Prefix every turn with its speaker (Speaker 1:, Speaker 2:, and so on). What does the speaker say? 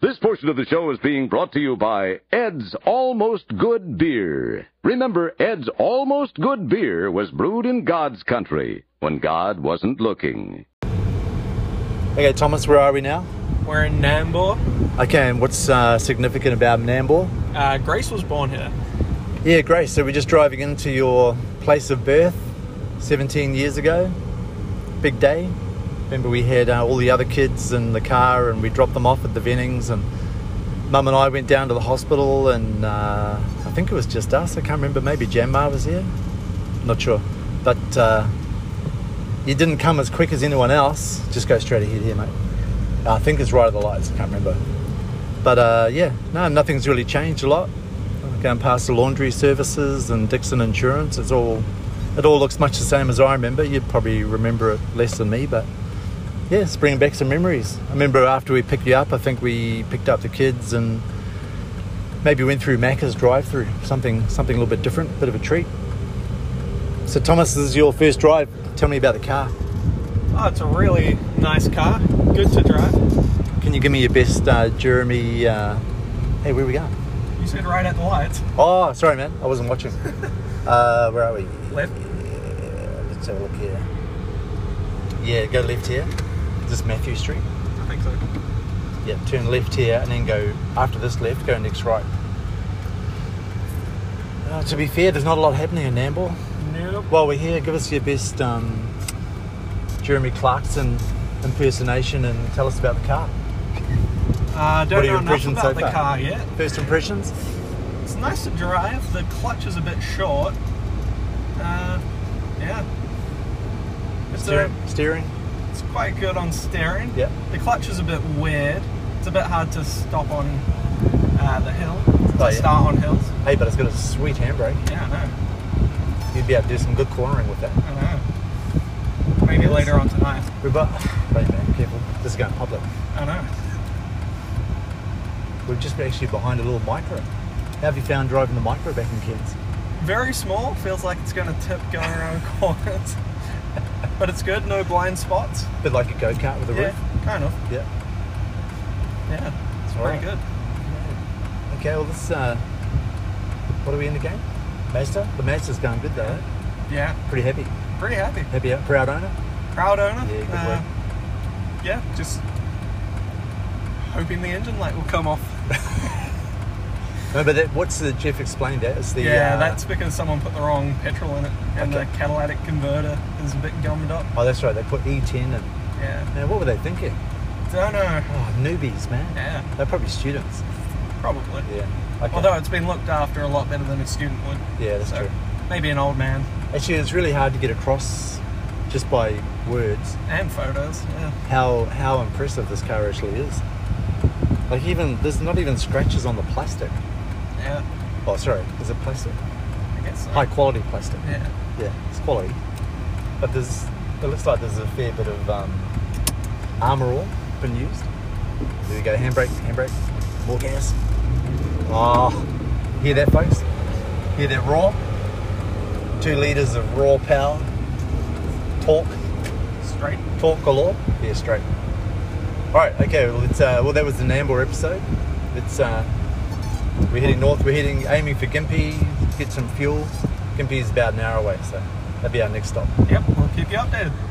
Speaker 1: This portion of the show is being brought to you by Ed's Almost Good Beer. Remember, Ed's Almost Good Beer was brewed in God's country when God wasn't looking.
Speaker 2: Okay, Thomas, where are we now?
Speaker 3: We're in Nambour.
Speaker 2: Okay, and what's uh, significant about Nambour?
Speaker 3: Uh, Grace was born here.
Speaker 2: Yeah, great. So we're just driving into your place of birth 17 years ago. Big day. Remember, we had uh, all the other kids in the car and we dropped them off at the Vennings, and Mum and I went down to the hospital, and uh, I think it was just us. I can't remember. Maybe Janmar was here. Not sure. But uh, you didn't come as quick as anyone else. Just go straight ahead here, mate. Uh, I think it's right at the lights. I can't remember. But uh, yeah, no, nothing's really changed a lot. Going past the laundry services and Dixon Insurance, it's all, it all looks much the same as I remember. You'd probably remember it less than me, but yeah, it's bringing back some memories. I remember after we picked you up, I think we picked up the kids and maybe went through Macca's drive-through, something something a little bit different, bit of a treat. So Thomas, this is your first drive. Tell me about the car.
Speaker 3: Oh, it's a really nice car. Good to drive.
Speaker 2: Can you give me your best uh, Jeremy? Uh, hey, where we going?
Speaker 3: You said right at the lights.
Speaker 2: Oh, sorry, man, I wasn't watching. uh, where are we?
Speaker 3: Left.
Speaker 2: Yeah, let's have a look here. Yeah, go left here. Is this Matthew Street?
Speaker 3: I think so.
Speaker 2: Yeah, turn left here and then go after this left, go next right. Uh, to be fair, there's not a lot happening in Nambour.
Speaker 3: Nope.
Speaker 2: While we're here, give us your best um, Jeremy Clarkson impersonation and tell us about the car.
Speaker 3: Uh,
Speaker 2: What
Speaker 3: don't
Speaker 2: are your
Speaker 3: know enough
Speaker 2: impressions
Speaker 3: about
Speaker 2: so
Speaker 3: the
Speaker 2: far?
Speaker 3: car yet.
Speaker 2: First impressions?
Speaker 3: It's nice to drive. The clutch is a bit short. Uh, yeah. It's, a,
Speaker 2: Steering? Steering?
Speaker 3: it's quite good on steering.
Speaker 2: Yeah.
Speaker 3: The clutch is a bit weird. It's a bit hard to stop on uh, the hill. To
Speaker 2: Oh, yeah.
Speaker 3: Start on hills.
Speaker 2: Hey, but it's got a sweet handbrake.
Speaker 3: Yeah, I know.
Speaker 2: You'd be able to do some good cornering with that.
Speaker 3: I know. Maybe
Speaker 2: Yes.
Speaker 3: later on tonight.
Speaker 2: We're but, wait, man, careful. This is going public.
Speaker 3: I know.
Speaker 2: We're just actually behind a little micro. How have you found driving the micro back in Cairns?
Speaker 3: Very small. Feels like it's going to tip going around corners. but it's good. No blind spots.
Speaker 2: A bit like a go kart with a
Speaker 3: yeah,
Speaker 2: roof.
Speaker 3: kind of.
Speaker 2: Yeah.
Speaker 3: Yeah, it's
Speaker 2: All right.
Speaker 3: pretty good.
Speaker 2: Okay, well, this, uh, what are we in the game? Master? The Master's going good though. eh?
Speaker 3: Yeah,
Speaker 2: Pretty happy.
Speaker 3: pretty happy.
Speaker 2: Happy, uh, proud owner?
Speaker 3: Proud owner.
Speaker 2: Yeah, good
Speaker 3: Uh,
Speaker 2: work.
Speaker 3: yeah, just hoping the engine light will come off.
Speaker 2: No, but that, what's the, Jeff explained that? It's the,
Speaker 3: yeah,
Speaker 2: uh,
Speaker 3: that's because someone put the wrong petrol in it, and
Speaker 2: Okay.
Speaker 3: the catalytic converter is a bit gummed up.
Speaker 2: oh, that's right, they put E10 and,
Speaker 3: Yeah,
Speaker 2: man, what were they thinking?
Speaker 3: don't know.
Speaker 2: Oh, newbies, man.
Speaker 3: Yeah,
Speaker 2: They're probably students.
Speaker 3: probably.
Speaker 2: Yeah. Okay.
Speaker 3: Although it's been looked after a lot better than a student would.
Speaker 2: yeah, that's
Speaker 3: so
Speaker 2: true.
Speaker 3: Maybe an old man
Speaker 2: Actually, it's really hard to get across just by words
Speaker 3: and photos. Yeah.
Speaker 2: how how impressive this car actually is. Like even there's not even scratches on the plastic.
Speaker 3: Yeah,
Speaker 2: Oh, sorry, is it plastic?
Speaker 3: I guess so.
Speaker 2: High quality plastic.
Speaker 3: Yeah.
Speaker 2: Yeah, it's quality. But there's it looks like there's a fair bit of um, armor all been used. There you go, handbrake, handbrake, more gas. Oh, hear that, folks? Hear that roar? Two liters of raw power, torque.
Speaker 3: Straight.
Speaker 2: Talk galore. Yeah, straight. All right. Okay. Well, it's uh, well that was the Nambour episode. It's uh, we're heading north. We're heading aiming for Gympie. Get some fuel. Gympie is about an hour away, so that'd be our next stop.
Speaker 3: Yep, we'll keep you updated.